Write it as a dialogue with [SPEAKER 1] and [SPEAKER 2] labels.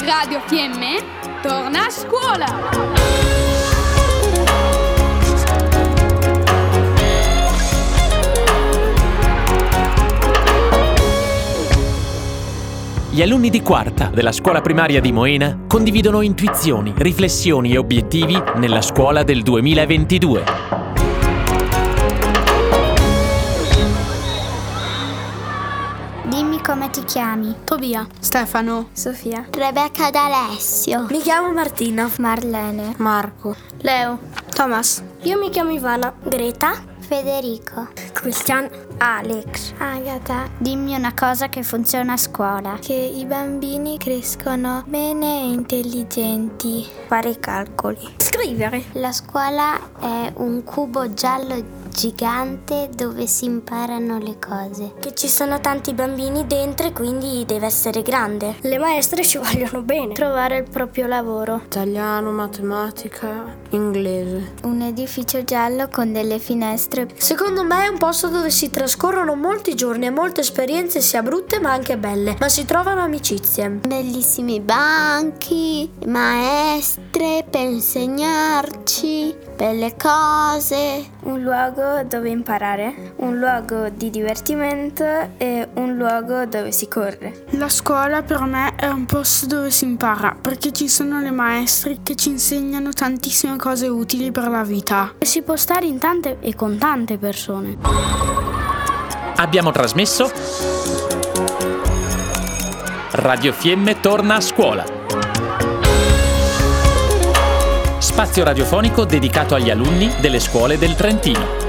[SPEAKER 1] Radio Fiemme torna a scuola!
[SPEAKER 2] Gli alunni di quarta della scuola primaria di Moena condividono intuizioni, riflessioni e obiettivi nella scuola del 2022.
[SPEAKER 3] Dimmi come ti chiami.
[SPEAKER 4] Tobia, Stefano,
[SPEAKER 5] Sofia,
[SPEAKER 3] Rebecca D'Alessio.
[SPEAKER 6] Mi chiamo Martina,
[SPEAKER 3] Marlene.
[SPEAKER 6] Marco,
[SPEAKER 5] Leo,
[SPEAKER 6] Thomas,
[SPEAKER 7] Io mi chiamo Ivana.
[SPEAKER 3] Greta. Federico.
[SPEAKER 7] Christian.
[SPEAKER 3] Alex.
[SPEAKER 5] Agata,
[SPEAKER 3] Dimmi una cosa che funziona a scuola.
[SPEAKER 5] che i bambini crescono bene e intelligenti.
[SPEAKER 6] fare i calcoli.
[SPEAKER 7] Scrivere.
[SPEAKER 3] La scuola è un cubo giallo gigante dove si imparano le cose.
[SPEAKER 6] Che ci sono tanti bambini dentro e quindi deve essere grande.
[SPEAKER 7] Le maestre ci vogliono bene.
[SPEAKER 5] Trovare il proprio lavoro.
[SPEAKER 4] Italiano, matematica, inglese.
[SPEAKER 3] Un edificio giallo con delle finestre.
[SPEAKER 6] Secondo me è un posto dove si trascorrono molti giorni e molte esperienze sia brutte ma anche belle, ma si trovano amicizie.
[SPEAKER 3] Bellissimi banchi, maestre per insegnarci belle cose.
[SPEAKER 5] Un luogo dove imparare, un luogo di divertimento e un luogo dove si corre.
[SPEAKER 4] La scuola per me è un posto dove si impara, perché ci sono le maestre che ci insegnano tantissime cose utili per la vita.
[SPEAKER 7] Si può stare in tante e con tante persone.
[SPEAKER 2] Abbiamo trasmesso Radio Fiemme torna a scuola. Spazio radiofonico dedicato agli alunni delle scuole del Trentino.